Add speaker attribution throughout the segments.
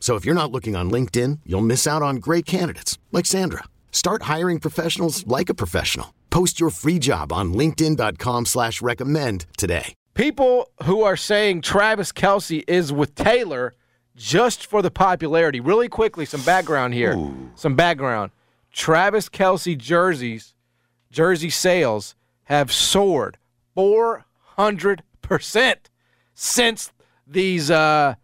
Speaker 1: So if you're not looking on LinkedIn, you'll miss out on great candidates like Sandra. Start hiring professionals like a professional. Post your free job on LinkedIn.com slash recommend today.
Speaker 2: People who are saying Travis Kelsey is with Taylor just for the popularity. Really quickly, some background here. Some background. Travis Kelsey jerseys, jersey sales have soared 400% since these uh,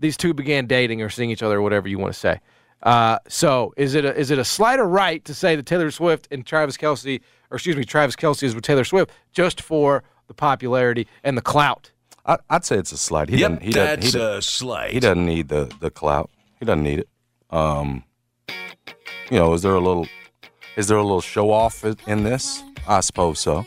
Speaker 2: these two began dating or seeing each other, or whatever you want to say. Uh, so is it a, is it a slight or right to say that Taylor Swift and Travis Kelsey, or excuse me, Travis Kelsey is with Taylor Swift just for the popularity and the clout?
Speaker 3: I, I'd say it's a slight. He
Speaker 4: Yep,
Speaker 3: doesn't. He doesn't.
Speaker 4: that's uh,
Speaker 3: He, doesn't-
Speaker 4: a slight.
Speaker 3: he doesn't need the the clout. He doesn't need it. Um, you know, is there a little, is there a little show off i- in this? I suppose so.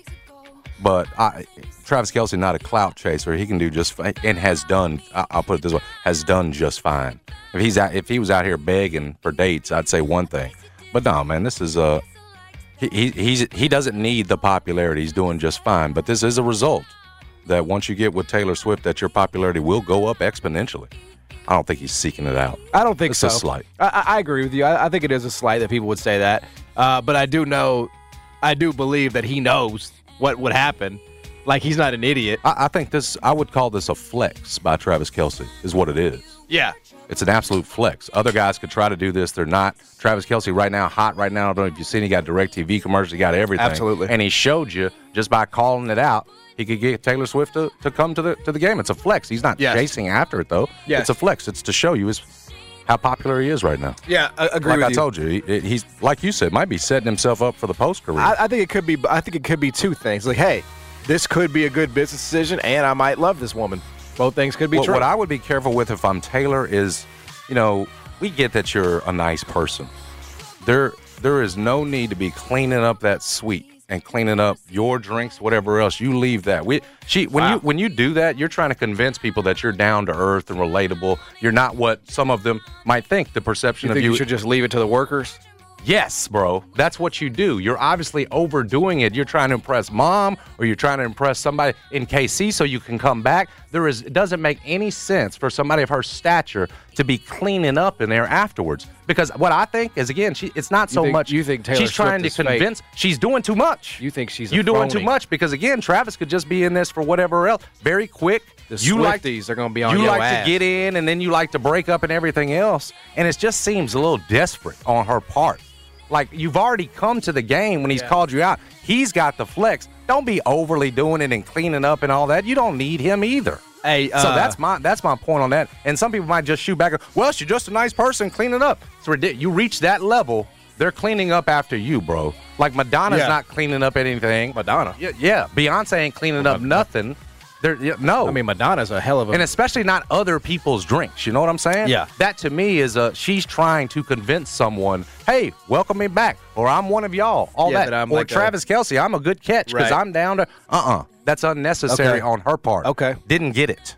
Speaker 3: But I, Travis Kelsey, not a clout chaser. He can do just fine, and has done. I, I'll put it this way: has done just fine. If he's out, if he was out here begging for dates, I'd say one thing. But no, man, this is a. He, he, he's, he doesn't need the popularity. He's doing just fine. But this is a result that once you get with Taylor Swift, that your popularity will go up exponentially. I don't think he's seeking it out.
Speaker 2: I don't think
Speaker 3: It's
Speaker 2: so.
Speaker 3: a slight.
Speaker 2: I- I, I agree with you. I, I think it is a slight that people would say that. Uh, but I do know, I do believe that he knows what would happen. Like he's not an idiot.
Speaker 3: I, I think this. I would call this a flex by Travis Kelsey. Is what it is.
Speaker 2: Yeah.
Speaker 3: It's an absolute flex. Other guys could try to do this. They're not. Travis Kelsey right now, hot right now. I don't know if you've seen. He got direct TV commercials. He got everything.
Speaker 2: Absolutely.
Speaker 3: And he showed you just by calling it out. He could get Taylor Swift to, to come to the to the game. It's a flex. He's not
Speaker 2: Yes.
Speaker 3: chasing after it though.
Speaker 2: Yes.
Speaker 3: It's a flex. It's to show you is how popular he is right now.
Speaker 2: Yeah, I agree
Speaker 3: Like
Speaker 2: with
Speaker 3: I
Speaker 2: you.
Speaker 3: told you, he, he's like you said, might be setting himself up for the post career.
Speaker 2: I, I think it could be. I think it could be two things. Like, hey, this could be a good business decision, and I might love this woman. Both things could be
Speaker 3: what,
Speaker 2: true.
Speaker 3: what I would be careful with if I'm Taylor is, you know, we get that you're a nice person. There, there is no need to be cleaning up that suite and cleaning up your drinks, whatever else. You leave that. We, she, when you when you do that, you're trying to convince people that you're down to earth and relatable. You're not what some of them might think. The perception
Speaker 2: you think
Speaker 3: of you
Speaker 2: you should just leave it to the workers?
Speaker 3: Yes, bro. That's what you do. You're obviously overdoing it. You're trying to impress mom or you're trying to impress somebody in KC so you can come back. There is it doesn't make any sense for somebody of her stature to be cleaning up in there afterwards. Because what I think is again, she it's not so
Speaker 2: think-
Speaker 3: much
Speaker 2: you think Taylor
Speaker 3: she's
Speaker 2: Swift
Speaker 3: trying to
Speaker 2: is fake.
Speaker 3: convince she's doing too much.
Speaker 2: You think she's a
Speaker 3: You doing too
Speaker 2: phony.
Speaker 3: much because again, Travis could just be in this for whatever else. Very quick.
Speaker 2: The
Speaker 3: you like
Speaker 2: Swifties are gonna be on
Speaker 3: You
Speaker 2: your
Speaker 3: like
Speaker 2: ass.
Speaker 3: to get in and then you like to break up and everything else. And it just seems a little desperate on her part. Like you've already come to the game when he's called you out. He's got the flex. Don't be overly doing it and cleaning up and all that. You don't need him either.
Speaker 2: Hey,
Speaker 3: so
Speaker 2: uh,
Speaker 3: that's my that's my point on that. And some people might just shoot back. Well, she's just a nice person. Clean it up. It's ridiculous. You reach that level, they're cleaning up after you, bro. Like Madonna's
Speaker 2: Yeah.
Speaker 3: not cleaning up anything.
Speaker 2: Madonna.
Speaker 3: Yeah, yeah. Beyonce ain't cleaning up nothing. There, yeah, no.
Speaker 2: I mean, Madonna's a hell of a.
Speaker 3: and especially not other people's drinks. You know what I'm saying?
Speaker 2: Yeah.
Speaker 3: That to me is a she's trying to convince someone, hey, welcome me back, or I'm one of y'all. All
Speaker 2: Yeah,
Speaker 3: that,
Speaker 2: but I'm
Speaker 3: or
Speaker 2: like a-
Speaker 3: Travis Kelsey, I'm a good catch because
Speaker 2: Right.
Speaker 3: I'm down to uh-uh. That's unnecessary
Speaker 2: Okay.
Speaker 3: on her part.
Speaker 2: Okay.
Speaker 3: Didn't get it.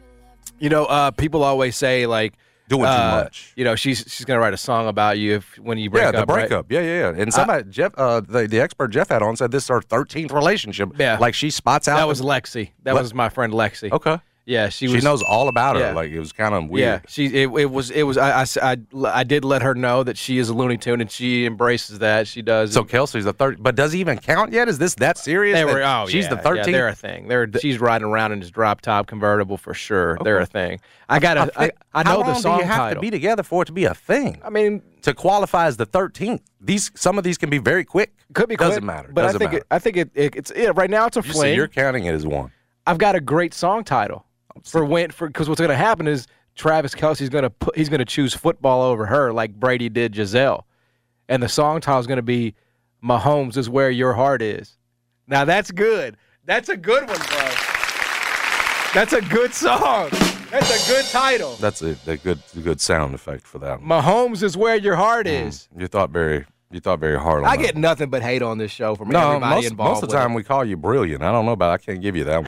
Speaker 2: you know, uh, people always say like
Speaker 3: Doing too
Speaker 2: uh,
Speaker 3: much.
Speaker 2: You know, she's she's gonna write a song about you if when you break
Speaker 3: yeah,
Speaker 2: up.
Speaker 3: the
Speaker 2: right?
Speaker 3: breakup. Yeah, yeah, yeah. And somebody, Jeff, uh, the, the expert Jeff had on said this is her 13th relationship.
Speaker 2: Yeah.
Speaker 3: Like she spots out.
Speaker 2: That
Speaker 3: the-
Speaker 2: was Lexi. That
Speaker 3: Le-
Speaker 2: was my friend Lexi.
Speaker 3: okay.
Speaker 2: Yeah, she
Speaker 3: She
Speaker 2: was.
Speaker 3: knows all about her.
Speaker 2: yeah.
Speaker 3: Like it was kind of
Speaker 2: Yeah,
Speaker 3: weird.
Speaker 2: she. It, it was. It was. I, I s- I- I did let her know that she is a Looney Tune, and she embraces that. She does.
Speaker 3: So Kelsey's the third, but does he even count yet? Is this that serious?
Speaker 2: they
Speaker 3: that
Speaker 2: were. Oh,
Speaker 3: she's
Speaker 2: yeah,
Speaker 3: the thirteenth.
Speaker 2: Yeah, they're a thing. They're. she's riding around in his drop top convertible for sure. They're a thing. I got. to I, I know
Speaker 3: How long
Speaker 2: the song
Speaker 3: do you have
Speaker 2: title.
Speaker 3: to be together for it to be a thing?
Speaker 2: I mean,
Speaker 3: to qualify as the thirteenth, these some of these can be very quick.
Speaker 2: could be.
Speaker 3: doesn't
Speaker 2: quick,
Speaker 3: matter.
Speaker 2: But
Speaker 3: doesn't
Speaker 2: I think.
Speaker 3: matter.
Speaker 2: It, I think it, it- It's. Yeah. Right now, it's a
Speaker 3: you
Speaker 2: fling.
Speaker 3: see, you're counting it as one.
Speaker 2: I've got a great song title for when for because what's going to happen is Travis Kelsey's going to put he's going to choose football over her like Brady did Giselle, and the song title is going to be "Mahomes is where your heart is." Now that's good. That's a good one, bro. That's a good song. That's a good title.
Speaker 3: That's a, a good a good sound effect for that. One. Mm.
Speaker 2: Mahomes is where your heart is.
Speaker 3: You thought very you thought very hard. On
Speaker 2: Mm. I
Speaker 3: that
Speaker 2: get
Speaker 3: one.
Speaker 2: nothing but hate on this show from
Speaker 3: no.
Speaker 2: everybody
Speaker 3: Most,
Speaker 2: involved.
Speaker 3: most of the
Speaker 2: with
Speaker 3: time
Speaker 2: it.
Speaker 3: we call you brilliant. I don't know about. I can't give you that one.